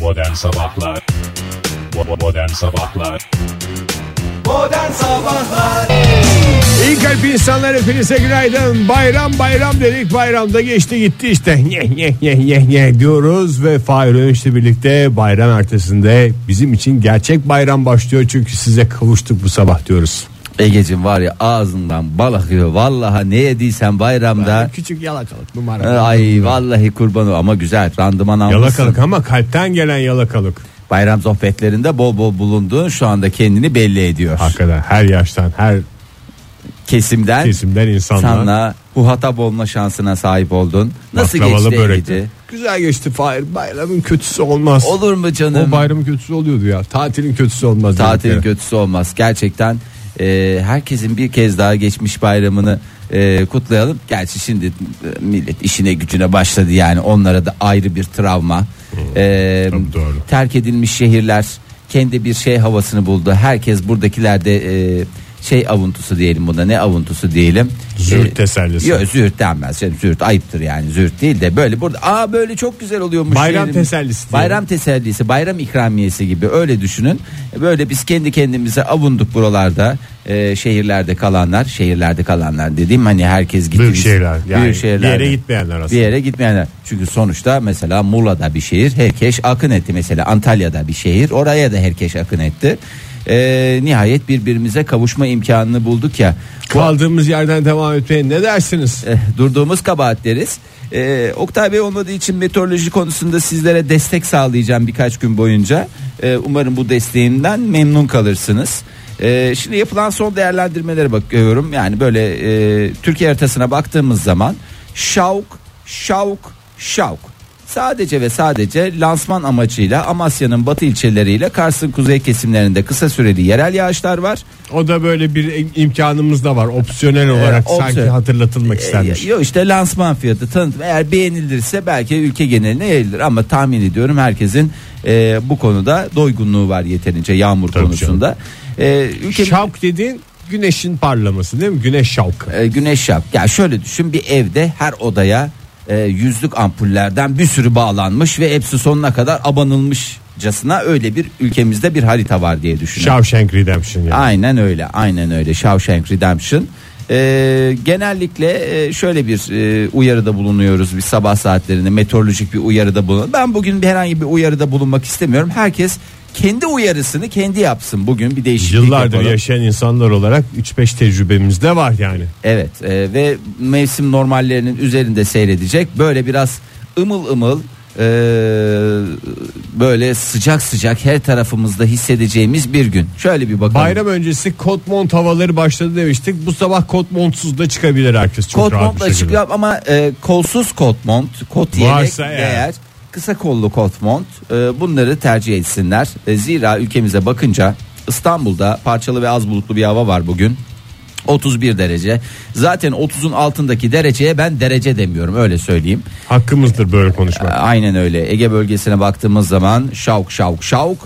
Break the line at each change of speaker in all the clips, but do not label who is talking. Modern Sabahlar Bo- Modern Sabahlar
İyi kalp insanlar hepinize günaydın. Bayram bayram dedik bayramda geçti gitti işte. Ye ye ye ye ye diyoruz ve Fahir Öğünç'le birlikte bayram ertesinde bizim için gerçek bayram başlıyor. Çünkü size kavuştuk bu sabah diyoruz.
Egeciğim var ya ağzından bal akıyor. Vallahi ne yediysen bayramda.
Küçük yalakalık numara.
Ay vallahi kurbanı ama güzel randıman almışsın.
Yalakalık ama kalpten gelen yalakalık.
Bayram sohbetlerinde bol bol bulunduğun şu anda kendini belli ediyor.
Hakikaten her yaştan her
Kesimden
kesimden insanlar.
sana muhatap olma şansına sahip oldun. Nasıl
baklavalı
geçti
börekti.
Egeci?
Güzel geçti Fahir bayramın kötüsü olmaz.
Olur mu canım?
O bayramın kötüsü oluyordu ya. Tatilin kötüsü olmaz.
Tatilin
dedikleri.
kötüsü olmaz. Gerçekten e, herkesin bir kez daha geçmiş bayramını e, kutlayalım. Gerçi şimdi e, millet işine gücüne başladı yani onlara da ayrı bir travma. E,
Hmm. tabii doğru.
Terk edilmiş şehirler kendi bir şey havasını buldu. Herkes buradakilerde e, şey avuntusu diyelim buna ne avuntusu diyelim.
Züğürt
E,
tesellisi.
Yok züğürt denmez. Canım, züğürt ayıptır yani züğürt değil de böyle burada aa böyle çok güzel oluyormuş.
Bayram
diyelim.
tesellisi diyelim.
Bayram tesellisi bayram ikramiyesi gibi öyle düşünün. Böyle biz kendi kendimize avunduk buralarda e, şehirlerde kalanlar şehirlerde kalanlar dediğim hani herkes gitti.
Büyük
biz-
şehirler, yani bir
şehirlerde.
yere gitmeyenler aslında.
Bir yere gitmeyenler. Çünkü sonuçta mesela Muğla'da bir şehir herkes akın etti. Mesela Antalya'da bir şehir oraya da herkes akın etti. E, nihayet birbirimize kavuşma imkanını bulduk ya. Bu-
Kaldığımız yerden devam etmeye ne dersiniz?
Eh, durduğumuz kabahat deriz. Eh, Oktay Bey olmadığı için meteoroloji konusunda sizlere destek sağlayacağım birkaç gün boyunca. Eh, umarım bu desteğimden memnun kalırsınız. Eh, şimdi yapılan son değerlendirmelere bakıyorum. Yani böyle eh, Türkiye haritasına baktığımız zaman şavk, şavk, şavk. Sadece ve sadece lansman amacıyla Amasya'nın batı ilçeleriyle Kars'ın kuzey kesimlerinde kısa süreli yerel yağışlar var.
O da böyle bir im- imkanımız da var. Opsiyonel olarak
opsiyon.
sanki hatırlatılmak istenmiş.
E, Yok işte lansman fiyatı tanıtım eğer beğenilirse belki ülke geneline yayılır ama tahmin ediyorum herkesin e, bu konuda doygunluğu var yeterince yağmur
Tabii
konusunda. E, ülke
Şavk dediğin güneşin parlaması değil mi? Güneş şavkı.
e, güneş yap. Ya şöyle düşün bir evde her odaya e, yüzlük ampullerden bir sürü bağlanmış ve hepsi sonuna kadar abanılmışcasına öyle bir ülkemizde bir harita var diye düşünün.
Shawshank Redemption yani.
Aynen öyle, aynen öyle. Shawshank Redemption. Ee, genellikle e, şöyle bir e, uyarıda bulunuyoruz biz sabah saatlerinde meteorolojik bir uyarıda bulun. Ben bugün bir herhangi bir uyarıda bulunmak istemiyorum. Herkes kendi uyarısını kendi yapsın. Bugün bir değişiklik
Yıllardır
yapalım.
yaşayan insanlar olarak 3-5 tecrübemiz de var yani.
Evet e, ve mevsim normallerinin üzerinde seyredecek. Böyle biraz ımıl ımıl e, böyle sıcak sıcak her tarafımızda hissedeceğimiz bir gün. Şöyle bir bakalım.
Bayram öncesi kot mont havaları başladı demiştik. Bu sabah kot montsuz da çıkabilir herkes. Çok
Kot
rahat bir
montla
şekilde.
çıkıyor ama e, kolsuz kot mont, kot yelek
Varsa eğer.
değer, kısa kollu kot mont e, bunları tercih etsinler. E, zira ülkemize bakınca İstanbul'da parçalı ve az bulutlu bir hava var bugün. 31 derece. Zaten 30'un altındaki dereceye ben derece demiyorum öyle söyleyeyim.
Hakkımızdır böyle
E,
konuşmak.
Aynen öyle. Ege bölgesine baktığımız zaman şavk şavk şavk.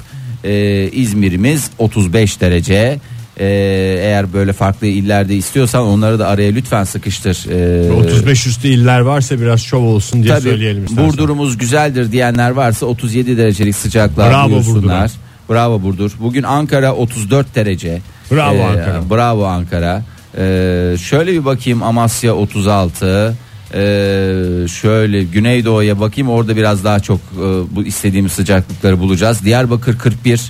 E, İzmir'imiz 35 derece. E, eğer böyle farklı illerde istiyorsan onları da araya lütfen sıkıştır. E,
35 üstü iller varsa biraz şov olsun diye söyleyelim istersen.
Burdur'umuz güzeldir diyenler varsa 37 derecelik sıcaklığa
Bravo
buyursunlar. Bravo Burdur. Bugün Ankara 34 derece. Ee,
Bravo Ankara.
Bravo Ankara. Ee, şöyle bir bakayım Amasya 36. Ee, şöyle Güneydoğu'ya bakayım orada biraz daha çok e, bu istediğimiz sıcaklıkları bulacağız. Diyarbakır 41,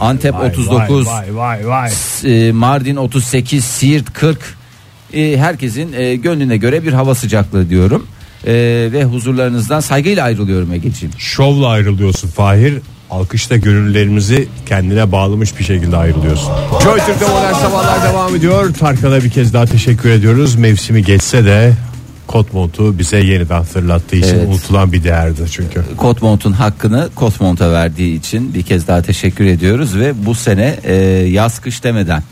Antep
Vay,
39,
Vay vay vay.
e, Mardin 38, Siirt 40. E, herkesin e, gönlüne göre bir hava sıcaklığı diyorum. E, ve huzurlarınızdan saygıyla ayrılıyorum Ege'ciğim.
Şovla ayrılıyorsun Fahir. Alkışla gönüllerimizi kendine bağlamış bir şekilde ayrılıyorsun. Joy Türk'te modern sabahlar devam ediyor. Tarkan'a bir kez daha teşekkür ediyoruz. Mevsimi geçse de kot montu bize yeniden hatırlattığı için
Evet.
unutulan bir değerdi çünkü.
Kotmont'un hakkını Kotmont'a verdiği için bir kez daha teşekkür ediyoruz ve bu sene e, yaz kış demeden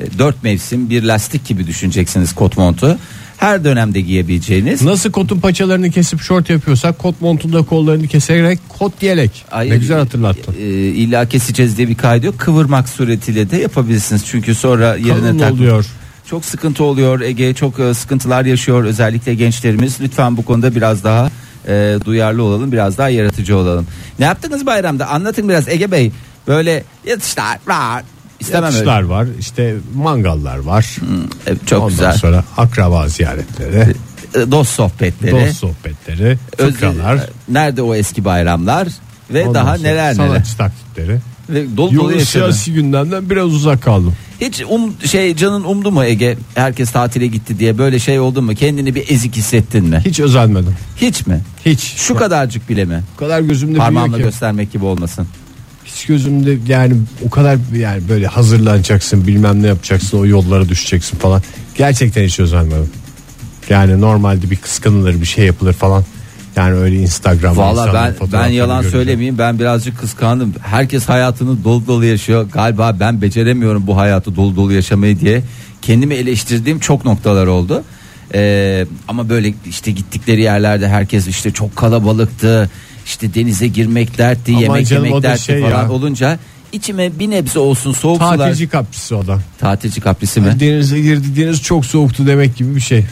e, dört mevsim bir lastik gibi düşüneceksiniz Kotmont'u. Her dönemde giyebileceğiniz.
Nasıl kotun paçalarını kesip şort yapıyorsak kot montunda kollarını keserek kot yelek. ne
Hayır,
güzel hatırlattın.
e, illa keseceğiz diye bir kaydı yok. Kıvırmak suretiyle de yapabilirsiniz. Çünkü sonra yerine
Kalın
tak
oluyor.
Çok sıkıntı oluyor Ege çok e, sıkıntılar yaşıyor özellikle gençlerimiz lütfen bu konuda biraz daha e, duyarlı olalım biraz daha yaratıcı olalım. Ne yaptınız bayramda anlatın biraz Ege Bey böyle yatışlar var istemem öyle.
Yatışlar var işte mangallar var.
E, Çok
Ondan
güzel
sonra akraba ziyaretleri,
E, dost sohbetleri.
dost sohbetleri,
Öz-
fıkralar.
Nerede o eski bayramlar ve
ondan
daha
sonra
neler neler.
Sanatçı taklitleri.
Ve dolu dolu
Yolun
yaşadı.
siyasi gündemden biraz uzak kaldım.
Hiç um, şey canın umdu mu Ege? Herkes tatile gitti diye böyle şey oldu mu? Kendini bir ezik hissettin mi?
Hiç özenmedim.
Hiç mi?
Hiç.
Şu kadarcık bile mi?
o kadar gözümde
Parmağımla
büyüyor ki.
göstermek gibi olmasın.
Hiç gözümde yani o kadar yani böyle hazırlanacaksın bilmem ne yapacaksın o yollara düşeceksin falan. Gerçekten hiç özenmedim. Yani normalde bir kıskanılır bir şey yapılır falan. Yani öyle Instagram'da
Valla
insanların
ben ben
fotoğraflarını
yalan
görünce.
söylemeyeyim ben birazcık kıskandım. Herkes hayatını dolu dolu yaşıyor. Galiba ben beceremiyorum bu hayatı dolu dolu yaşamayı diye kendimi eleştirdiğim çok noktalar oldu. Ee, ama böyle işte gittikleri yerlerde herkes işte çok kalabalıktı. İşte denize girmek dertti,
Aman
yemek
canım, o
yemek
da
dertti
şey
falan
ya.
olunca içime bir nebze olsun soğuk sular.
Tatilci kapçısı o da.
Tatilci kaprisi mi?
Denize girdi deniz çok soğuktu demek gibi bir şey.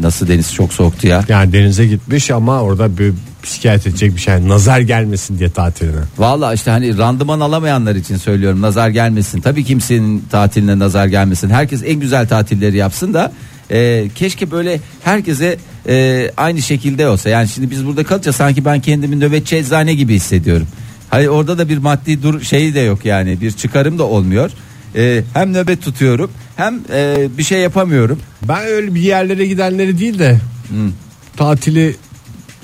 Nasıl deniz çok soğuktu ya.
Yani denize gitmiş ama orada bir şikayet edecek bir şey. Nazar gelmesin diye tatiline.
Valla işte hani randıman alamayanlar için söylüyorum nazar gelmesin. Tabii kimsenin tatiline nazar gelmesin. Herkes en güzel tatilleri yapsın da e, keşke böyle herkese e, aynı şekilde olsa. Yani şimdi biz burada kalınca sanki ben kendimi nöbetçi eczane gibi hissediyorum. Hayır orada da bir maddi dur şeyi de yok yani bir çıkarım da olmuyor. E, hem nöbet tutuyorum hem e, bir şey yapamıyorum.
Ben öyle bir yerlere gidenleri değil de
Hmm.
tatili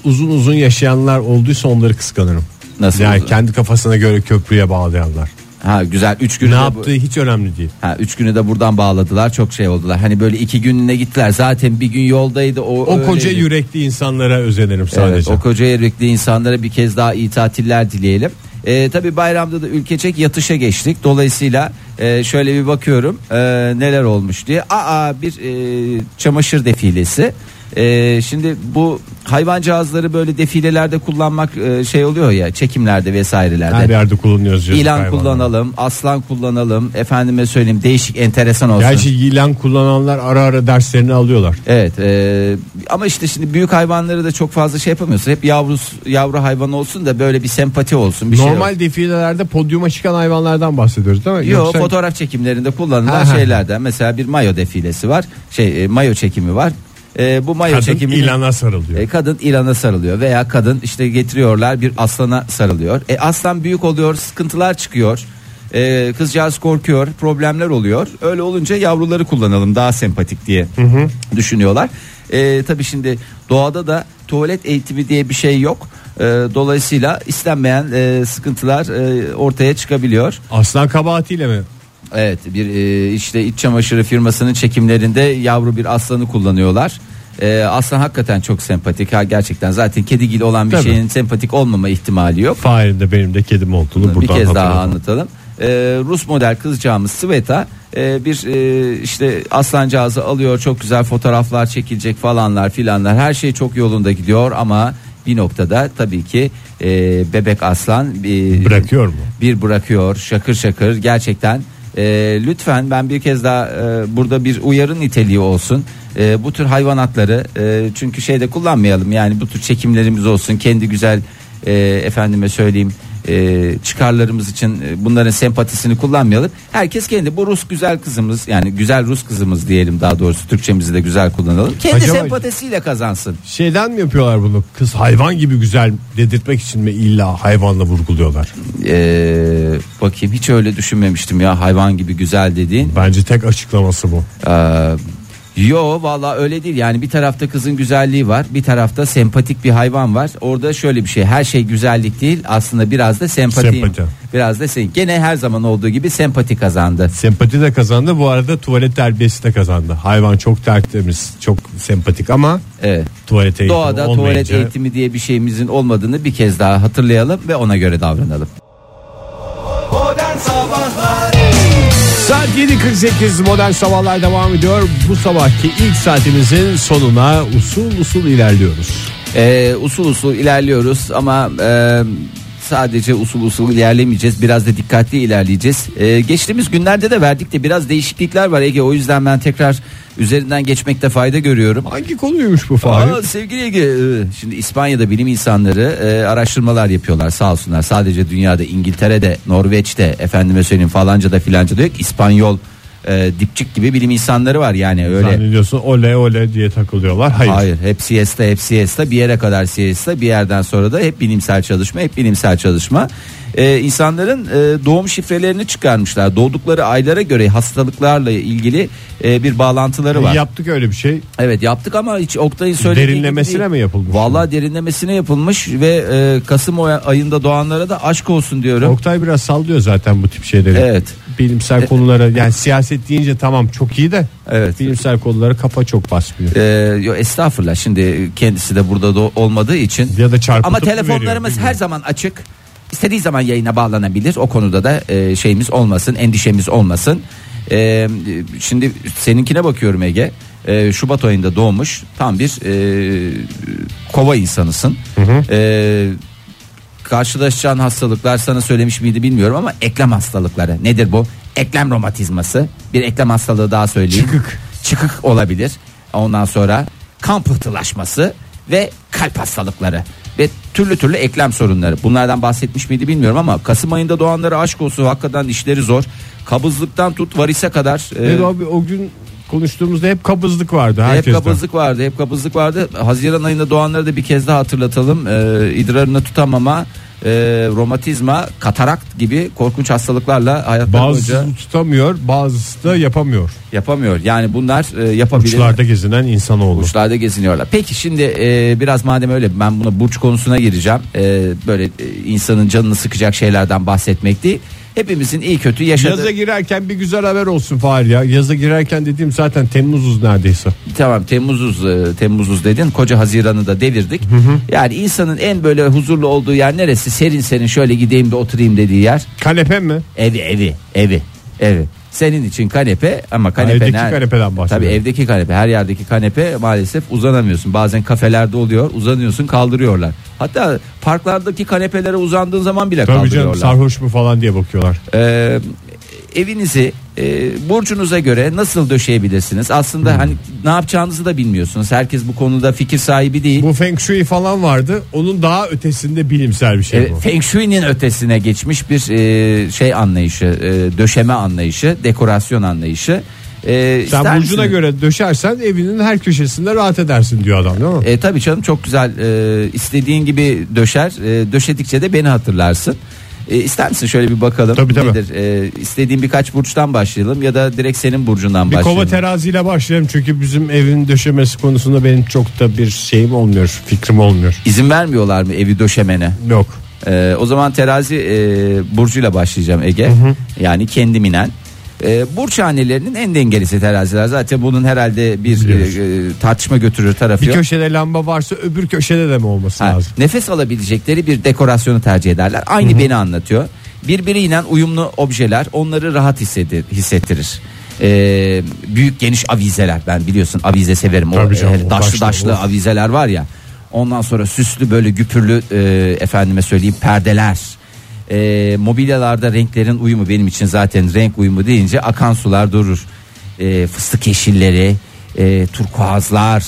uzun uzun yaşayanlar olduysa onları kıskanırım.
Nasıl
Yani
uzun?
kendi kafasına göre köprüye bağlayanlar.
Ha güzel 3 gün
Ne
de bu-
yaptığı hiç önemli değil.
Ha, üç günü de buradan bağladılar çok şey oldular. Hani böyle iki gününe gittiler zaten bir gün yoldaydı. O,
O koca
öyleydi.
yürekli insanlara özenirim
Evet,
sadece.
o koca yürekli insanlara bir kez daha iyi tatiller dileyelim. Ee, Tabi bayramda da ülkecek yatışa geçtik. Dolayısıyla e, şöyle bir bakıyorum e, neler olmuş diye. Aa bir e, çamaşır defilesi. E, şimdi bu hayvancağızları böyle defilelerde kullanmak e, şey oluyor ya çekimlerde vesairelerde.
Her yerde kullanıyoruz. yazık
İlan
hayvanlar.
kullanalım, aslan kullanalım, efendime söyleyeyim değişik enteresan olsun.
Gerçi ilan kullananlar ara ara derslerini alıyorlar.
Evet e, ama işte şimdi büyük hayvanları da çok fazla şey yapamıyorsun. Hep yavrus, yavru hayvan olsun da böyle bir sempati olsun bir
Normal
şey.
defilelerde podyuma çıkan hayvanlardan bahsediyoruz değil mi?
Yok
Yoksa-
fotoğraf çekimlerinde kullanılan
Ha, ha.
şeylerden mesela bir mayo defilesi var. Şey e, mayo çekimi var. E, bu mayo
Kadın
çekimi
ilana sarılıyor.
E, kadın ilana sarılıyor veya kadın işte getiriyorlar bir aslana sarılıyor. E, aslan büyük oluyor, sıkıntılar çıkıyor. E, kızcağız korkuyor, problemler oluyor. Öyle olunca yavruları kullanalım daha sempatik diye düşünüyorlar. E, tabii şimdi doğada da tuvalet eğitimi diye bir şey yok. E, dolayısıyla istenmeyen e, sıkıntılar e, ortaya çıkabiliyor.
Aslan kabahatiyle mi?
Evet bir e, işte iç çamaşırı firmasının çekimlerinde yavru bir aslanı kullanıyorlar. E, aslan hakikaten çok sempatik. Ha, gerçekten zaten kedigil olan bir
Tabii.
şeyin sempatik olmama ihtimali yok.
Fahir'in de benim de kedim olduğunu
bir
buradan
kez daha
hatırlatalım.
anlatalım. E, Rus model kızcağımız Sveta e, bir e, işte aslancağızı alıyor. Çok güzel fotoğraflar çekilecek falanlar filanlar. Her şey çok yolunda gidiyor ama bir noktada tabii ki e, bebek aslan e,
Bırakıyor mu?
bir bırakıyor şakır şakır gerçekten e, lütfen ben bir kez daha e, burada bir uyarı niteliği olsun E, bu tür hayvanatları e, çünkü şeyde kullanmayalım yani bu tür çekimlerimiz olsun kendi güzel e, efendime söyleyeyim e, çıkarlarımız için e, bunların sempatisini kullanmayalım herkes kendi bu Rus güzel kızımız yani güzel Rus kızımız diyelim daha doğrusu Türkçemizi de güzel kullanalım kendi
Acaba-
sempatisiyle kazansın
Şeyden mi yapıyorlar bunu? Kız hayvan gibi güzel dedirtmek için mi illa hayvanla vurguluyorlar?
E, bakayım hiç öyle düşünmemiştim ya hayvan gibi güzel dediğin
Bence tek açıklaması bu.
Ee, yo valla öyle değil yani bir tarafta kızın güzelliği var bir tarafta sempatik bir hayvan var orada şöyle bir şey her şey güzellik değil aslında biraz da sempati,
Sempati.
biraz da sen gene her zaman olduğu gibi sempati kazandı
Sempati de kazandı. Bu arada tuvalet terbiyesi de kazandı. Hayvan çok tertemiz, çok sempatik ama
evet.
tuvalet eğitimi
doğada tuvalet
olmayınca
eğitimi diye bir şeyimizin olmadığını bir kez daha hatırlayalım ve ona göre davranalım
Saat 7.48 modern sabahlar devam ediyor. Bu sabahki ilk saatimizin sonuna usul usul ilerliyoruz.
Ee, usul usul ilerliyoruz ama e, Sadece usul usul ilerlemeyeceğiz. Biraz da dikkatli ilerleyeceğiz. Ee, geçtiğimiz günlerde de verdik de biraz değişiklikler var Ege. O yüzden ben tekrar üzerinden geçmekte fayda görüyorum.
Hangi konuymuş bu Fahir?
Aa, sevgili Ege, e, şimdi İspanya'da bilim insanları e, araştırmalar yapıyorlar sağ olsunlar. Sadece dünyada İngiltere'de, Norveç'te, efendime söyleyeyim falanca da filanca da yok. İspanyol e, dipçik gibi bilim insanları var yani öyle.
Zannediyorsun ole ole diye takılıyorlar. Hayır.
Hayır hep siesta hep siesta bir yere kadar siesta bir yerden sonra da hep bilimsel çalışma hep bilimsel çalışma. Ee, insanların e, doğum şifrelerini çıkarmışlar doğdukları aylara göre hastalıklarla ilgili e, bir bağlantıları var.
Yaptık öyle bir şey.
Evet yaptık ama hiç Oktay'ın söylediği
Derinlemesine
gibi değil.
mi yapılmış?
Vallahi derinlemesine yapılmış ve e, Kasım oy- ayında doğanlara da aşk olsun diyorum.
Oktay biraz sallıyor zaten bu tip şeyleri.
Evet. E,
Bilimsel konulara yani siyaset deyince tamam çok iyi de
Evet.
bilimsel konulara kafa çok basmıyor.
Ee, yo, estağfurullah şimdi kendisi de burada da olmadığı için.
Ya da çarpıtıp
Ama
mı veriyor,
telefonlarımız her
bilmiyorum.
zaman açık. İstediği zaman yayına bağlanabilir. O konuda da e, şeyimiz olmasın, endişemiz olmasın. Ee, şimdi seninkine bakıyorum Ege. Ee, Şubat ayında doğmuş. Tam bir e, kova insanısın. Ee, karşılaşacağın hastalıklar sana söylemiş miydi bilmiyorum ama eklem hastalıkları. Nedir bu? Eklem romatizması. Bir eklem hastalığı daha söyleyeyim. Çıkık. Çıkık olabilir. Ondan sonra kan pıhtılaşması ve kalp hastalıkları ve türlü türlü eklem sorunları. Bunlardan bahsetmiş miydi bilmiyorum ama Kasım ayında doğanlara aşk olsun hakikaten işleri zor. Kabızlıktan tut varise kadar. e,
Evet abi o gün konuştuğumuzda hep kabızlık vardı herkesten.
hep kabızlık vardı, hep kabızlık vardı. Haziran ayında doğanları da bir kez daha hatırlatalım. Ee, idrarını tutamama, e, romatizma, katarakt gibi korkunç hastalıklarla hayatları boyunca
Bazısı tutamıyor bazısı da yapamıyor.
yapamıyor. Yani bunlar e, yapabilir.
Uçlarda gezinen insanoğlu.
Uçlarda geziniyorlar. Peki şimdi e, biraz madem öyle ben buna burç konusuna gireceğim. E, böyle e, insanın canını sıkacak şeylerden bahsetmek değil. Hepimizin iyi kötü yaşadığı
Yaza girerken bir güzel haber olsun Fahir ya. Yaza girerken dediğim zaten Temmuz'uz neredeyse.
Tamam Temmuzuz e, Temmuzuz dedin koca Haziran'ı da devirdik. Yani insanın en böyle huzurlu olduğu yer neresi? Serin serin şöyle gideyim de oturayım dediği yer.
Kanepe mi?
Evi evi evi evi. Senin için kanepe ama kanepe
evdeki kanepeden bahsediyorum.
Tabii evdeki kanepe her yerdeki kanepe maalesef uzanamıyorsun. Bazen kafelerde oluyor uzanıyorsun kaldırıyorlar. Hatta parklardaki kanepelere uzandığın zaman bile
Tabii
kaldırıyorlar.
canım sarhoş mu falan diye bakıyorlar.
Ee, evinizi e, burcunuza göre nasıl döşeyebilirsiniz? Aslında
Hmm.
hani ne yapacağınızı da bilmiyorsunuz. Herkes bu konuda fikir sahibi değil.
Bu Feng Shui falan vardı. Onun daha ötesinde bilimsel bir şey
E,
bu.
Feng Shui'nin ötesine geçmiş bir e, şey anlayışı, e, döşeme anlayışı, dekorasyon anlayışı. E,
Sen
ister
burcuna
misiniz?
göre döşersen evinin her köşesinde rahat edersin diyor adam değil mi?
E, tabii canım çok güzel e, istediğin gibi döşer. E, döşedikçe de beni hatırlarsın. E, ister misin şöyle bir bakalım
Tabii, tabii.
nedir? E, istediğin birkaç burçtan başlayalım ya da direkt senin burcundan
bir
başlayalım.
kova teraziyle başlayalım çünkü bizim evin döşemesi konusunda benim çok da bir şeyim olmuyor, fikrim olmuyor.
İzin vermiyorlar mı evi döşemene?
Yok.
Ee, o zaman terazi e, burcuyla başlayacağım Ege. Yani kendim inen. Ee, burç hanelerinin en dengelisi teraziler. Zaten bunun herhalde bir
Biliyoruz.
e, e, tartışma götürür tarafı
Bir
yok.
köşede lamba varsa öbür köşede de mi olması
Ha,
lazım?
nefes alabilecekleri bir dekorasyonu tercih ederler. Aynı beni anlatıyor. Birbiriyle uyumlu objeler onları rahat hissedir, hissettirir. Ee, büyük geniş avizeler ben biliyorsun avize severim. O,
Tabii canım,
e,
o
daşlı
daşlı,
daşlı
of.
avizeler var ya. Ondan sonra süslü böyle güpürlü e, efendime söyleyeyim perdeler. E, mobilyalarda renklerin uyumu benim için zaten renk uyumu deyince akan sular durur. E, fıstık yeşilleri, e, turkuazlar,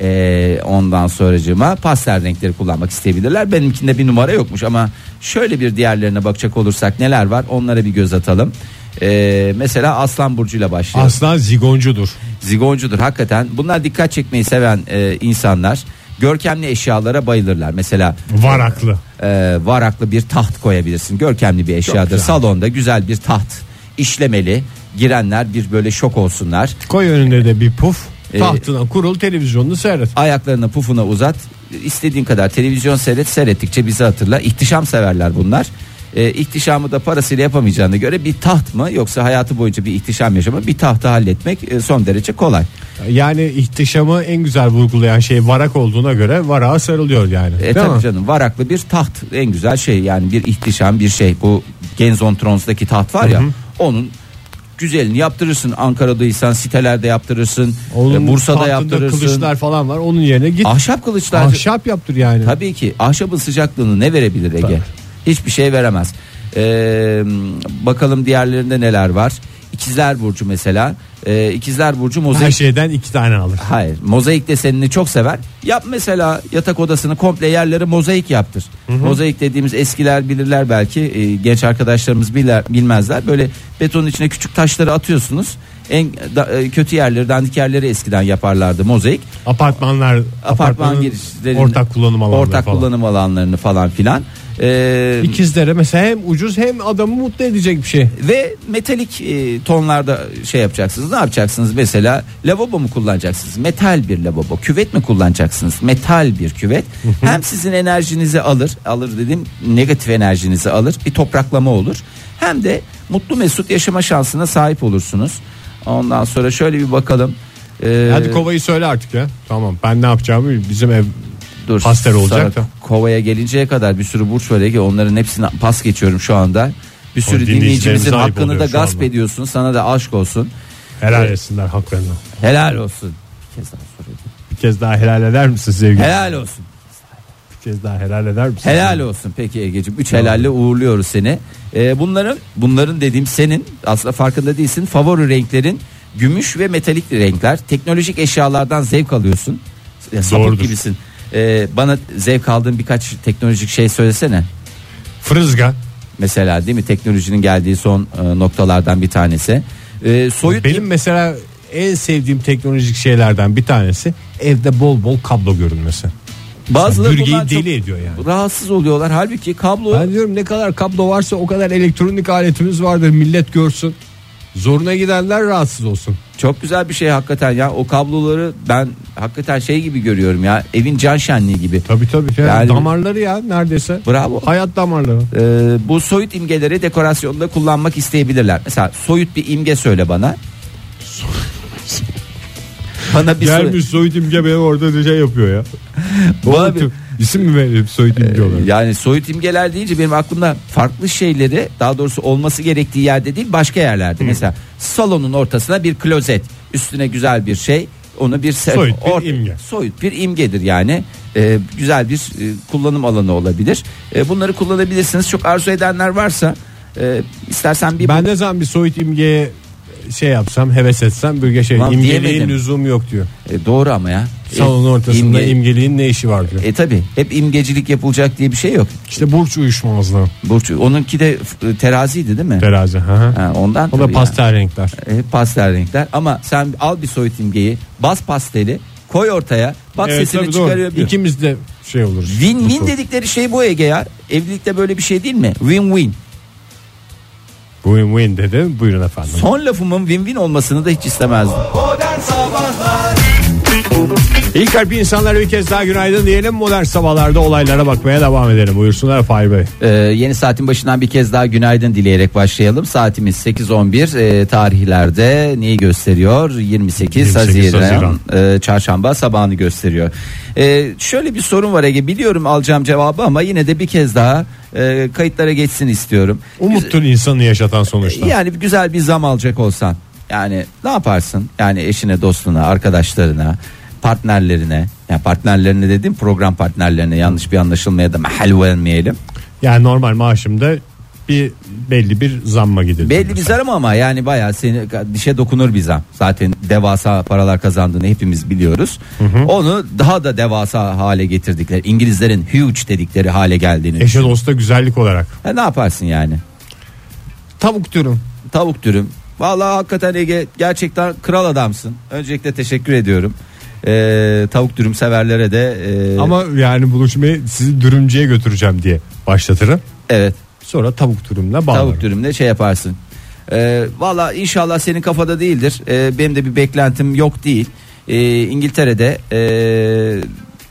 e, ondan sonracığıma pastel renkleri kullanmak isteyebilirler. Benimkinde bir numara yokmuş ama şöyle bir diğerlerine bakacak olursak neler var onlara bir göz atalım. E, mesela Aslan Burcu'yla başlayalım.
Aslan zigoncudur.
Zigoncudur hakikaten. Bunlar dikkat çekmeyi seven e, insanlar. Görkemli eşyalara bayılırlar. Mesela
Varaklı.
e, varaklı bir taht koyabilirsin. Görkemli bir eşyadır.
güzel.
Salonda güzel bir taht işlemeli. Girenler bir böyle şok olsunlar.
Koy önüne de bir puf.
Ee,
Tahtına kurul televizyonunu seyret.
Ayaklarını pufuna uzat. İstediğin kadar televizyon seyret. Seyrettikçe bizi hatırla. İhtişam severler bunlar. E, ihtişamı da parasıyla yapamayacağına göre bir taht mı yoksa hayatı boyunca bir ihtişam yaşama bir tahtı halletmek e, son derece kolay.
Yani ihtişamı en güzel vurgulayan şey varak olduğuna göre varağa sarılıyor yani.
E,
Değil
tabii
mi?
canım varaklı bir taht en güzel şey yani bir ihtişam bir şey bu Genzon Trons'daki taht var ya onun güzelini yaptırırsın Ankara'daysan sitelerde yaptırırsın
Onun
e, Bursa'da
tahtında
yaptırırsın Ah,
kılıçlar falan var. Onun yerine git.
ahşap kılıçlar
Ahşap yaptır yani.
tabii ki ahşabın sıcaklığını ne verebilir Ege
Tabii.
hiçbir şey veremez. E, bakalım diğerlerinde neler var. İkizler burcu mesela. E, İkizler burcu
Her
mozaik
şeyden iki tane alır.
Hayır mozaik desenini çok sever. Yap mesela yatak odasını komple yerleri mozaik yaptır. Mozaik dediğimiz eskiler bilirler belki e, genç arkadaşlarımız biler, bilmezler. Böyle betonun içine küçük taşları atıyorsunuz. En da- e, kötü yerleri dandik yerleri eskiden yaparlardı mozaik.
Apartmanlar,
Apartman
apartmanın
girişlerinde
ortak kullanım alanları
ortak
falan.
kullanım alanlarını falan filan. Ee,
İkizlere mesela hem ucuz hem adamı mutlu edecek bir şey.
ve metalik e, tonlarda şey yapacaksınız. Ne yapacaksınız mesela? Lavabo mu kullanacaksınız? Metal bir lavabo. Küvet mi kullanacaksınız? Metal bir küvet. hem sizin enerjinizi alır, alır dedim negatif enerjinizi alır. Bir topraklama olur. Hem de mutlu mesut yaşama şansına sahip olursunuz. Ondan sonra şöyle bir bakalım. Ee,
Hadi kovayı söyle artık ya. Tamam ben ne yapacağımı bizim ev
Dur,
Pastel olacak
sonra
da.
Kovaya gelinceye kadar bir sürü burç var Ege. Onların hepsini pas geçiyorum şu anda. Bir
O
sürü
dinleyicilerimize
dinleyicimizin
ayıp
hakkını
oluyor
da
şu
gasp
anda.
ediyorsun. Sana da aşk olsun.
helal etsinler haklarını.
Helal olsun. Bir kez daha soruyorum.
Bir kez daha helal eder misin sevgili?
Helal olsun.
Bir kez daha helal eder misin?
Helal olsun peki Ege'ciğim. Üç helalle uğurluyoruz seni. Ee, bunların bunların dediğim senin aslında farkında değilsin. Favori renklerin gümüş ve metalik renkler. Teknolojik eşyalardan zevk alıyorsun. Ya, sapık
Doğrudur.
gibisin. Ee, bana zevk aldığın birkaç teknolojik şey söylesene.
Fırızga.
Mesela değil mi? Teknolojinin geldiği son e, noktalardan bir tanesi. Ee, soyut
Benim mesela en sevdiğim teknolojik şeylerden bir tanesi evde bol bol kablo görünmesi.
bazıları
Bürgeyi
bundan çok
deli ediyor yani.
rahatsız oluyorlar. Halbuki kablo
Ben diyorum ne kadar kablo varsa o kadar elektronik aletimiz vardır millet görsün. Zoruna gidenler rahatsız olsun.
Çok güzel bir şey hakikaten ya. O kabloları ben hakikaten şey gibi görüyorum ya. Evin can şenliği gibi.
Tabii tabii. Yani
Yani-
damarları ya neredeyse.
Bravo.
Hayat damarları.
Ee, bu soyut imgeleri dekorasyonda kullanmak isteyebilirler. Mesela soyut bir imge söyle bana. bana bir soyut-
Gelmiş soyut imge benim orada ne şey yapıyor ya.
Bana bir-
Oğlum, İsim mi verelim soyut imge olarak?
yani soyut imgeler deyince benim aklımda farklı şeyleri daha doğrusu olması gerektiği yerde değil başka yerlerde. Mesela salonun ortasına bir klozet üstüne güzel bir şey onu bir se-
Soyut bir imge.
Soyut bir imgedir yani Ee, güzel bir e, kullanım alanı olabilir. Ee, bunları kullanabilirsiniz çok arzu edenler varsa e, istersen bir
Ben ne zaman bir soyut imgeye şey yapsam heves etsem bürge şey
Lan
imgeliğin
diyemedim.
lüzumu yok diyor.
E, doğru ama ya. E,
Salonun ortasında
imge-
imgeliğin ne işi var diyor.
E tabi hep imgecilik yapılacak diye bir şey yok.
İşte burç uyuşmazlığı
Burç onunki de f- teraziydi değil mi?
terazi. Hı hı.
Ha, ondan
O da
tabii yani.
pastel renkler.
E, pastel renkler ama sen al bir soyut imgeyi bas pasteli koy ortaya bak sesini
tabii doğru.
çıkarıyor. bir-
İkimiz de şey oluruz.
Win
Bu
win
soru.
dedikleri şey bu Ege ya evlilikte böyle bir şey değil mi win win
Win win dedi. Buyurun efendim.
son lafımın win win olmasını da hiç istemezdim.
İlk kalp insanlara bir kez daha günaydın diyelim. Modern sabahlarda olaylara bakmaya devam edelim. Buyursunlar Fahir Bey.
Ee, yeni saatin başından bir kez daha günaydın dileyerek başlayalım. Saatimiz 8.11 ee, tarihlerde neyi gösteriyor? 28,
28
Haziran,
Haziran.
ee, çarşamba sabahını gösteriyor. Ee, şöyle bir sorun var Ege biliyorum alacağım cevabı ama yine de bir kez daha ee, kayıtlara geçsin istiyorum.
Umuttun insanı yaşatan sonuçta.
Yani bir güzel bir zam alacak olsan yani ne yaparsın? Yani eşine, dostuna, arkadaşlarına, partnerlerine. Yani partnerlerine dedim program partnerlerine yanlış bir anlaşılmaya da mahal vermeyelim.
Yani normal maaşımda bir belli bir zamma gidelim.
Belli bir zam ama yani bayağı seni dişe dokunur bir zam. Zaten devasa paralar kazandığını hepimiz biliyoruz. Onu daha da devasa hale getirdikleri İngilizlerin huge dedikleri hale geldiğini.
Eşe dosta güzellik olarak.
Ha, ne yaparsın yani?
Tavuk dürüm.
Tavuk dürüm. Vallahi hakikaten Ege gerçekten kral adamsın. Öncelikle teşekkür ediyorum. Ee, tavuk dürüm severlere de e,
Ama yani buluşmayı sizi dürümcüye götüreceğim diye başlatırım.
evet
Sonra tavuk dürümle bağlarım.
tavuk dürümle şey yaparsın. Ee, Valla inşallah senin kafada değildir. Ee, benim de bir beklentim yok değil. Ee, İngiltere'de e,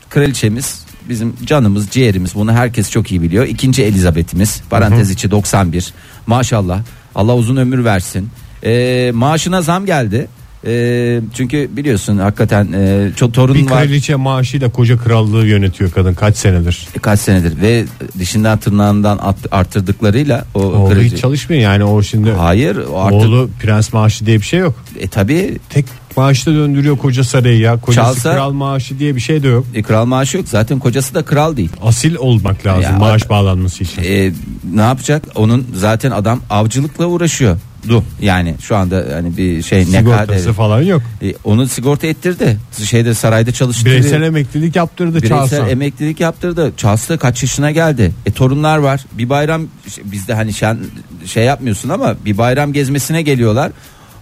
kraliçemiz bizim canımız ciğerimiz bunu herkes çok iyi biliyor. İkinci Elizabeth'imiz parantez içi 91 maşallah Allah uzun ömür versin. Ee, maaşına zam geldi. E, çünkü biliyorsun hakikaten e, çok torun
Bir
var.
kraliçe maaşıyla koca krallığı yönetiyor kadın kaç senedir.
E, Kaç senedir ve dişinden tırnağından at- arttırdıklarıyla o
Oğlu
kırıcı-
hiç çalışmıyor yani o şimdi.
Hayır o artık
Oğlu prens maaşı diye bir şey yok.
e, tabii
Tek maaşla döndürüyor koca sarayı ya. Kocası
Çalsa-
kral maaşı diye bir şey de yok.
e, kral maaşı yok zaten kocası da kral değil.
Asil olmak lazım
Ya-
maaş bağlanması için.
E, ne yapacak? Onun zaten adam avcılıkla uğraşıyor. Du yani şu anda hani bir şey ne
Sigortası
kadar
falan yok.
E, onu sigorta ettirdi. Şeyde sarayda çalıştırdı.
Bireysel emeklilik yaptırdı
Bireysel
Çağsan.
emeklilik yaptırdı. Çağsı kaç yaşına geldi? E torunlar var. Bir bayram ş- bizde hani şen, şey yapmıyorsun ama bir bayram gezmesine geliyorlar.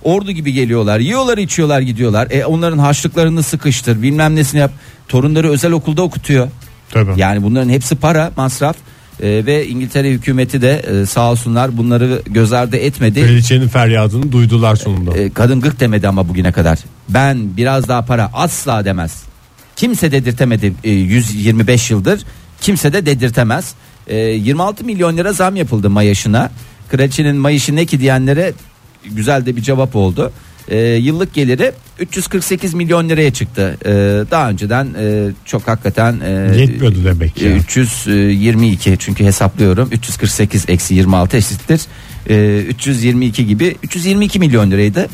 Ordu gibi geliyorlar. Yiyorlar, içiyorlar, gidiyorlar. E onların harçlıklarını sıkıştır, bilmem nesini yap. Torunları özel okulda okutuyor.
Tabii.
Yani bunların hepsi para, masraf. E, ve İngiltere hükümeti de e, sağ olsunlar bunları göz ardı etmedi.
Kraliçenin feryadını duydular sonunda.
E, kadın gık demedi ama bugüne kadar. Ben biraz daha para asla demez. Kimse dedirtemedi e, 125 yıldır. Kimse de dedirtemez. E, 26 milyon lira zam yapıldı mayaşına. Kraliçenin mayaşı ne ki diyenlere güzel de bir cevap oldu. E, yıllık geliri 348 milyon liraya çıktı. E, daha önceden e, çok hakikaten e,
Yetmiyordu demek ki.
e, 322 çünkü hesaplıyorum 348 eksi 26 eşittir E, 322 gibi 322 milyon liraydı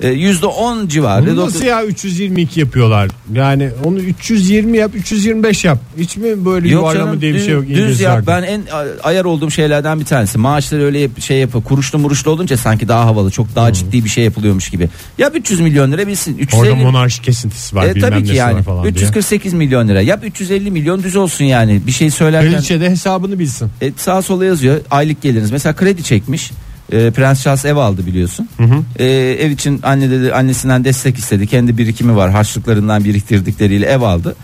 E, yüzde 10 civarı
Bunu nasıl
dokuz-
ya 322 yapıyorlar? Yani onu 320 yap 325 yap. Hiç mi böyle
Yok
yuvarlama
canım,
diye bir
düz-
şey yok
Düz yap
İngilizlerde?
ben en a- ayar olduğum şeylerden bir tanesi. Maaşları öyle yap- şey yapıp kuruşlu muruşlu olunca sanki daha havalı, çok
Hmm.
daha ciddi bir şey yapılıyormuş gibi. Ya 300 milyon lira bilsin. 350
Orada monarşi kesintisi var
şey- E,
bilmem
tabii ki
nesi var
yani.
falan diye.
348 milyon lira. Yap 350 milyon düz olsun yani. Bir şey söylerken
Kraliçe de hesabını bilsin.
E, sağa sola yazıyor aylık geliriniz. Mesela kredi çekmiş. E, Prens Charles ev aldı biliyorsun. E, ev için anne dedi, annesinden destek istedi. Kendi birikimi var. Harçlıklarından biriktirdikleriyle ev aldı.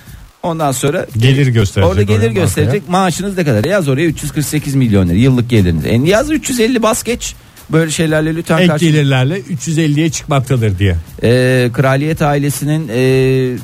Ondan sonra e,
Gelir gösterecek.
orada gelir
oraya
gösterecek. Maaşınız ne kadar? E, Yaz oraya 348 milyon lira yıllık geliriniz. En yaz 350 bas geç. Böyle şeylerle lütfen
markaya. Ek
karşı-
gelirlerle 350'ye çıkmaktadır diye.
e, kraliyet ailesinin e,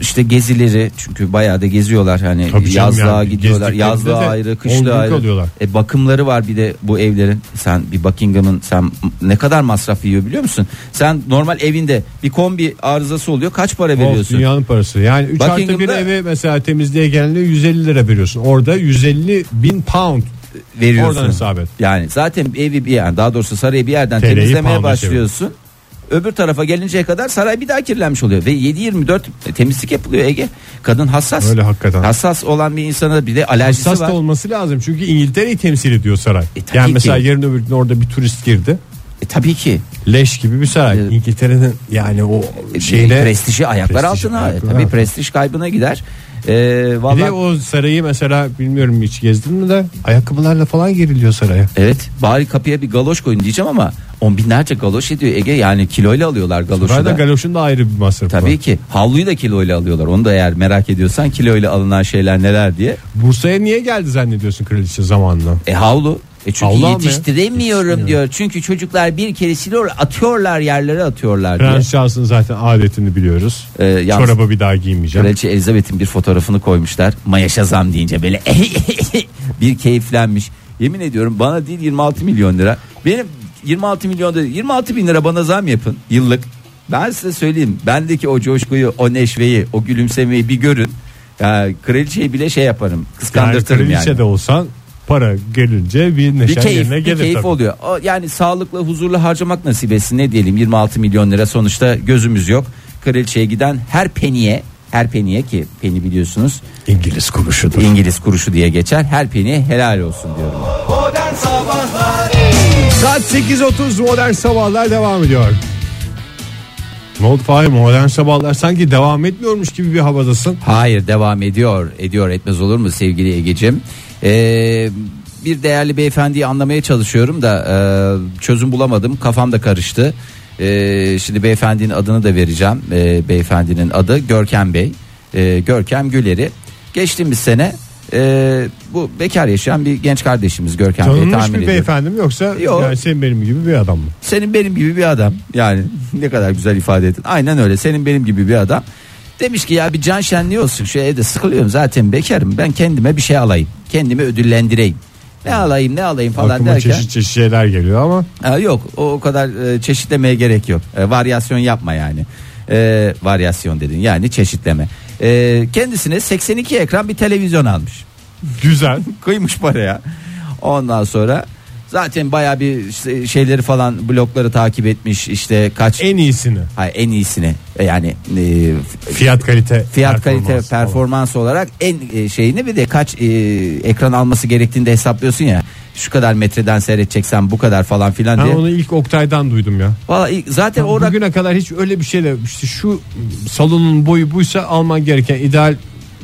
işte gezileri çünkü bayağı da geziyorlar hani
Tabii canım
yazlığa
yani
gidiyorlar
gezdiklerinde
yazlığa
de
ayrı
on gün
kışlığa ayrı
kalıyorlar.
E, bakımları var bir de bu evlerin sen bir Buckingham'ın sen ne kadar masraf yiyor biliyor musun sen normal evinde bir kombi arızası oluyor kaç para
Of,
veriyorsun
dünyanın parası. Yani 3 artı bir
Buckingham'da-
eve mesela temizliğe gelince 150 lira veriyorsun. Orada 150 bin pound.
veriyorsun
Oradan hesap et.
yani zaten evi bir yani daha doğrusu sarayı bir yerden
TL'yi
temizlemeye
pound'a
başlıyorsun öbür tarafa gelinceye kadar saray bir daha kirlenmiş oluyor ve 7-24 e, temizlik yapılıyor Ege kadın hassas
Öyle hakikaten.
Hassas olan bir insana bir de alerjisi
Hassas
var.
da olması lazım çünkü İngiltere'yi temsil ediyor saray.
E, tabii
yani
ki.
mesela yarın öbür gün orada bir turist girdi.
E, tabii ki.
Leş gibi bir saray.
Evet.
İngiltere'nin yani o
E,
şeyine
prestiji ayaklar
prestij
altına. E,
ayaklar
tabii
altına.
prestij kaybına gider. Ee,
Bir
vallahi
de o sarayı mesela bilmiyorum hiç gezdin mi de ayakkabılarla falan giriliyor saraya.
evet bari kapıya bir galoş koyun diyeceğim ama on binlerce galoş ediyor Ege yani kiloyla alıyorlar galoşu
Sarayda
da.
galoşun da ayrı bir masrafı var.
Tabii ki havluyu da kiloyla alıyorlar. Onu da eğer merak ediyorsan kiloyla alınan şeyler neler diye.
Bursa'ya niye geldi zannediyorsun kraliçe zamanla?
E havlu. E çünkü
Havlu ama ya.
yetiştiremiyorum diyor. Çünkü çocuklar bir kere siliyor atıyorlar yerlere atıyorlar diye.
Prens Charles'ın zaten adetini biliyoruz.
Ee, yalnız-
Çorabı bir daha giymeyeceğim.
Kraliçe Elizabeth'in bir fotoğrafını koymuşlar. Mayaşa zam deyince böyle bir keyiflenmiş. Yemin ediyorum bana değil 26 milyon lira. Benim 26 milyon lira 26 bin lira bana zam yapın yıllık. Ben size söyleyeyim bendeki o coşkuyu o neşveyi o gülümsemeyi bir görün. Ya, kraliçeyi bile şey yaparım
yani
kıskandırtırım yani.
kraliçe de olsan para gelince bir
Bir
neşen
keyif,
yerine
bir
gelir
keyif
tabii.
oluyor. O, yani sağlıklı, huzurlu harcamak nasip etsin. Ne diyelim 26 milyon lira sonuçta gözümüz yok. Kraliçeye giden her peniye, her peniye ki peni biliyorsunuz
İngiliz kuruşudur.
İngiliz kuruşu diye geçer. Her peni helal olsun diyorum.
Saat 8.30 modern sabahlar devam ediyor. Ne oldu Fahir modern sabahlar sanki devam etmiyormuş gibi bir havadasın.
Hayır devam ediyor. Ediyor etmez olur mu sevgili Ege'cim? Ee, bir değerli beyefendiyi anlamaya çalışıyorum da e, çözüm bulamadım. Kafam da karıştı. Ee, şimdi beyefendinin adını da vereceğim. Ee, beyefendinin adı Görkem Bey. Ee, Görkem Güler'i. Geçtiğimiz sene e, bu bekar yaşayan bir genç kardeşimiz Görkem Bey.
Tanınmış
e, tahmin
bir
ediyorum.
beyefendim yoksa
Yok.
yani sen benim gibi bir adam mı?
Senin benim gibi bir adam. Yani ne kadar güzel ifade ettin. Aynen öyle. Senin benim gibi bir adam. Demiş ki ya bir can şenliği olsun. Şu evde sıkılıyorum zaten bekarım. Ben kendime bir şey alayım. Kendimi ödüllendireyim. Ne alayım ne alayım falan
Aklıma
derken.
çeşit çeşit şeyler geliyor ama
Ha, yok o, o kadar e, çeşitlemeye gerek yok. E, varyasyon yapma yani. E, varyasyon dedin yani çeşitleme. E, kendisine 82 ekran bir televizyon almış.
güzel.
Kıymış paraya. Ondan sonra zaten baya bir şey- şeyleri falan blokları takip etmiş işte kaç en,
En iyisini.
en iyisini E, yani e,
Fiyat kalite.
fiyat kalite
performans falan.
performans olarak en e, şeyini bir de kaç e, ekran alması gerektiğini de hesaplıyorsun ya şu kadar metreden seyredeceksen bu kadar falan filan diye.
Ben onu ilk Oktay'dan duydum ya.
Vallahi ilk- zaten o rak-
Bugüne kadar hiç öyle bir şey de işte şu salonun boyu buysa alman gereken ideal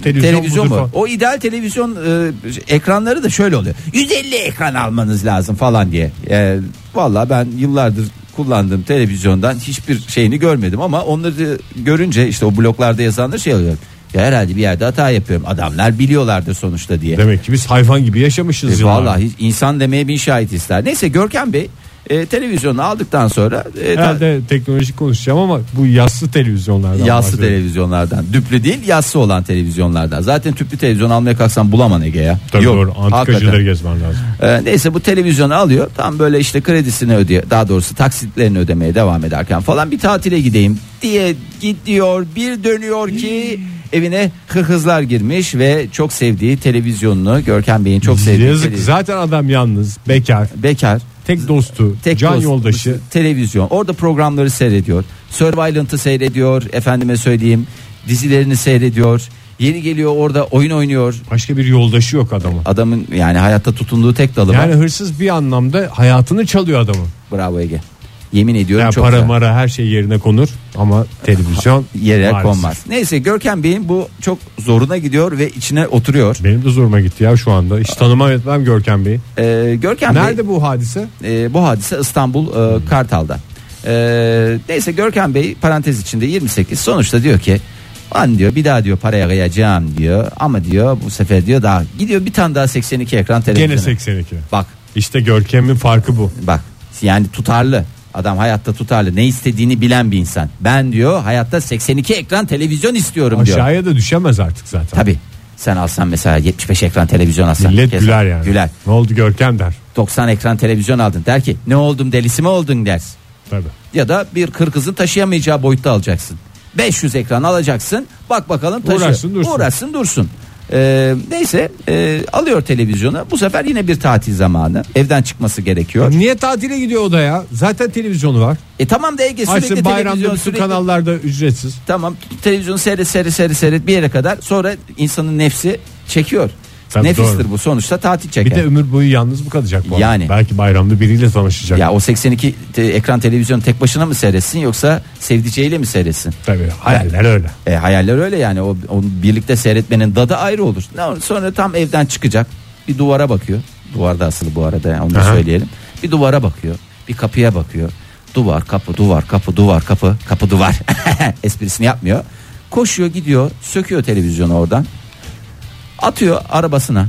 televizyon,
televizyon
budur
mu?
falan.
O ideal televizyon e, ekranları da şöyle oluyor. 150 ekran almanız lazım falan diye. E, Valla ben yıllardır kullandığım televizyondan hiçbir şeyini görmedim ama onları görünce işte o bloklarda yazanlar şey oluyor. Ya herhalde bir yerde hata yapıyorum. Adamlar biliyorlardır sonuçta diye.
Demek ki biz hayvan gibi yaşamışız
E,
yıllar.
Vallahi hiç insan demeye bin şahit ister. Neyse Görkem Bey e, televizyonu aldıktan sonra e, ta-
Herhalde teknoloji konuşacağım ama bu yassı televizyonlardan
yassı
bahsediyorum.
televizyonlardan. Düplü değil yassı olan televizyonlardan. Zaten tüplü televizyon almaya kalksan bulamam Ege ya.
Tabii
Yok,
doğru antikacıları
hakikaten.
gezmen lazım.
E, neyse bu televizyonu alıyor. Tam böyle işte kredisini ödüyor. Daha doğrusu taksitlerini ödemeye devam ederken falan bir tatile gideyim diye gidiyor. Bir dönüyor ki evine hırhızlar girmiş ve çok sevdiği televizyonunu Görkem Bey'in çok sevdiği
Yazık
televizyonu-
zaten adam yalnız, bekar,
Bekar.
tek dostu,
Tek
can
dost-
yoldaşı.
televizyon. Orada programları seyrediyor. Survivalent'ı seyrediyor. Efendime söyleyeyim. Dizilerini seyrediyor. Yeni geliyor orada oyun oynuyor.
Başka bir yoldaşı yok adamın.
Adamın yani hayatta tutunduğu tek dalı
Yani
var.
hırsız bir anlamda hayatını çalıyor adamın.
Bravo Ege. Yemin ediyorum
Yani
çok
para
güzel.
mara her şey yerine konur ama televizyon
yere
maalesef.
konmaz. Neyse Görkem Bey'in bu çok zoruna gidiyor ve içine oturuyor.
Benim de zoruma gitti ya şu anda. Hiç tanımam etmem Görkem Bey'i.
Ee, Görkem Bey
Nerede bu hadise?
e, bu hadise İstanbul e, Kartal'da. E, neyse Görkem Bey parantez içinde 28 sonuçta diyor ki an diyor bir daha diyor paraya kayacağım diyor ama diyor bu sefer diyor daha gidiyor bir tane daha 82 ekran televizyonu.
Gene 82.
Bak
İşte Görkem'in farkı bu.
bak yani tutarlı adam hayatta tutarlı ne istediğini bilen bir insan. Ben diyor hayatta 82 ekran televizyon istiyorum diyor.
Aşağıya da düşemez artık zaten.
Tabi sen alsan mesela 75 ekran televizyon alsan.
Millet
Kes-
güler yani.
Güler.
Ne oldu Görkem der.
90 ekran televizyon aldın der ki ne oldum delisi mi oldun der.
Tabii.
ya da bir kırkızın taşıyamayacağı boyutta alacaksın. 500 ekran alacaksın. Bak bakalım taşı.
Uğraşsın dursun.
Uğraşsın dursun. Ee, neyse e, alıyor televizyonu. Bu sefer yine bir tatil zamanı. Evden çıkması gerekiyor.
Niye tatile gidiyor o da ya? Zaten televizyonu var.
E tamam da Ege sürekli
Açsın bayramda
televizyon
bütün
sürekli.
kanallarda ücretsiz.
Tamam televizyonu seyret seyret seyret seyret bir yere kadar sonra insanın nefsi çekiyor.
Tabii,
Nefistir
doğru.
bu sonuçta tatil
Bir
çeker.
de ömür boyu yalnız mı kalacak bu adam?
Yani.
Belki bayramda biriyle tanışacak.
Ya o 82 te- ekran televizyonu tek başına mı seyretsin yoksa sevdiceğiyle mi seyretsin?
Tabii hayaller öyle.
E, hayaller öyle yani o, onu birlikte seyretmenin dadı ayrı olur. Ne- Sonra tam evden çıkacak bir duvara bakıyor. Duvarda asılı bu arada yani onu da
Aha.
söyleyelim. Bir duvara bakıyor bir kapıya bakıyor. Duvar kapı duvar kapı duvar kapı kapı duvar esprisini yapmıyor. Koşuyor gidiyor söküyor televizyonu oradan. Atıyor arabasına.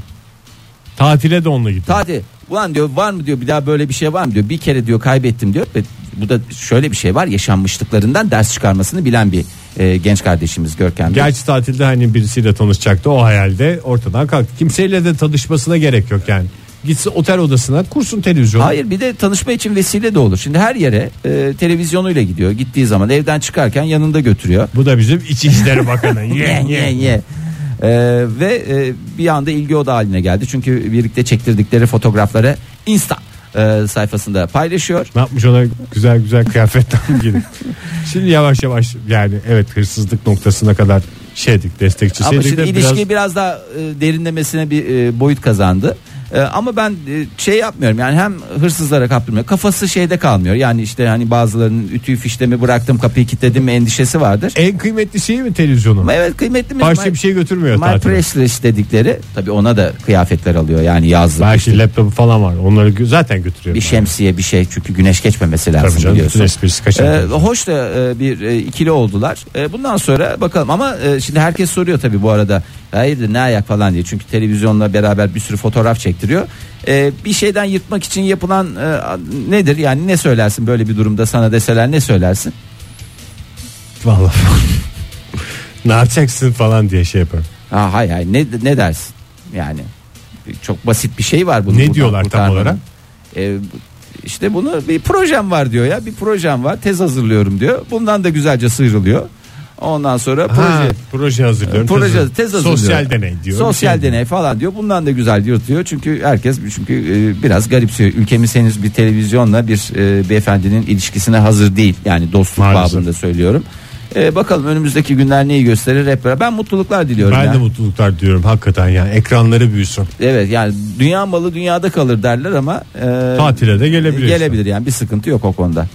Tatile de onunla gidiyor.
Tadi ulan diyor var mı diyor bir daha böyle bir şey var mı diyor. Bir kere diyor kaybettim diyor. Ve bu da şöyle bir şey var yaşanmışlıklarından ders çıkarmasını bilen bir e, genç kardeşimiz Görkem. Bey.
Gerçi tatilde hani birisiyle tanışacaktı o hayalde ortadan kalktı. Kimseyle de tanışmasına gerek yok yani. Gitsin otel odasına kursun televizyonu.
Hayır bir de tanışma için vesile de olur. Şimdi her yere e, televizyonuyla gidiyor. Gittiği zaman evden çıkarken yanında götürüyor.
Bu da bizim İçişleri Bakanı. Ye,
Ye, ye,
ye.
ye. E, ve e, bir anda ilgi oda haline geldi. Çünkü birlikte çektirdikleri fotoğrafları Insta e, sayfasında paylaşıyor.
Ne yapmış ona güzel güzel kıyafetler giydi. Şimdi yavaş yavaş yani evet hırsızlık noktasına kadar şeydik
Ama
destekçisiydik
şimdi
de biraz
ilişki biraz, daha e, derinlemesine bir e, boyut kazandı. E, ama ben e, şey yapmıyorum yani hem hırsızlara kaptırmıyor kafası şeyde kalmıyor yani işte hani bazılarının ütüyü fişlemi bıraktım kapıyı kilitledim endişesi vardır.
en kıymetli şey mi televizyonu?
Evet kıymetli mi?
Başka bir şey götürmüyor
My
tatile.
Priceless dedikleri tabi ona da kıyafetler alıyor yani yazlık
Belki laptopu şey falan var. Onları gö- zaten götürüyor.
bir şemsiye bir şey çünkü güneş geçmemesi lazım
Tabii canım, bütün
biliyorsun.
esprisi kaçar.
Ee, hoş da e, bir e, ikili oldular. E, bundan sonra bakalım ama e, şimdi herkes soruyor tabi bu arada. Hayırdır ne ayak falan diye. Çünkü televizyonla beraber bir sürü fotoğraf çektiriyor. E, bir şeyden yırtmak için yapılan e, nedir? Yani ne söylersin böyle bir durumda sana deseler ne söylersin?
Vallahi. ne yapacaksın falan diye şey yaparım.
Ha, hay hay ne, ne dersin? Yani Çok basit bir şey var bunu.
Ne
buradan
diyorlar tam
kurtarmanın.
olarak?
E, işte bunu bir projem var diyor ya. Bir projem var. Tez hazırlıyorum diyor. Bundan da güzelce sıyrılıyor. Ondan sonra proje
proje, proje hazırlıyorum.
proje
hazır-
tez hazırlıyor.
Sosyal deney diyor.
Sosyal
Bir şey.
deney falan diyor. Bundan da güzel diyor diyor. Çünkü herkes çünkü e, biraz garipsiyor. Ülkemiz henüz bir televizyonla bir e, beyefendinin ilişkisine hazır değil. Yani dostluk
Maalesef.
babında söylüyorum. E, bakalım önümüzdeki günler neyi gösterir hep beraber. Ben mutluluklar diliyorum.
Ben
ya.
de mutluluklar diliyorum hakikaten ya. Ekranları büyüsün.
evet yani dünya malı dünyada kalır derler ama e,
Tatile de gelebilir.
gelebilir yani bir sıkıntı yok o konuda.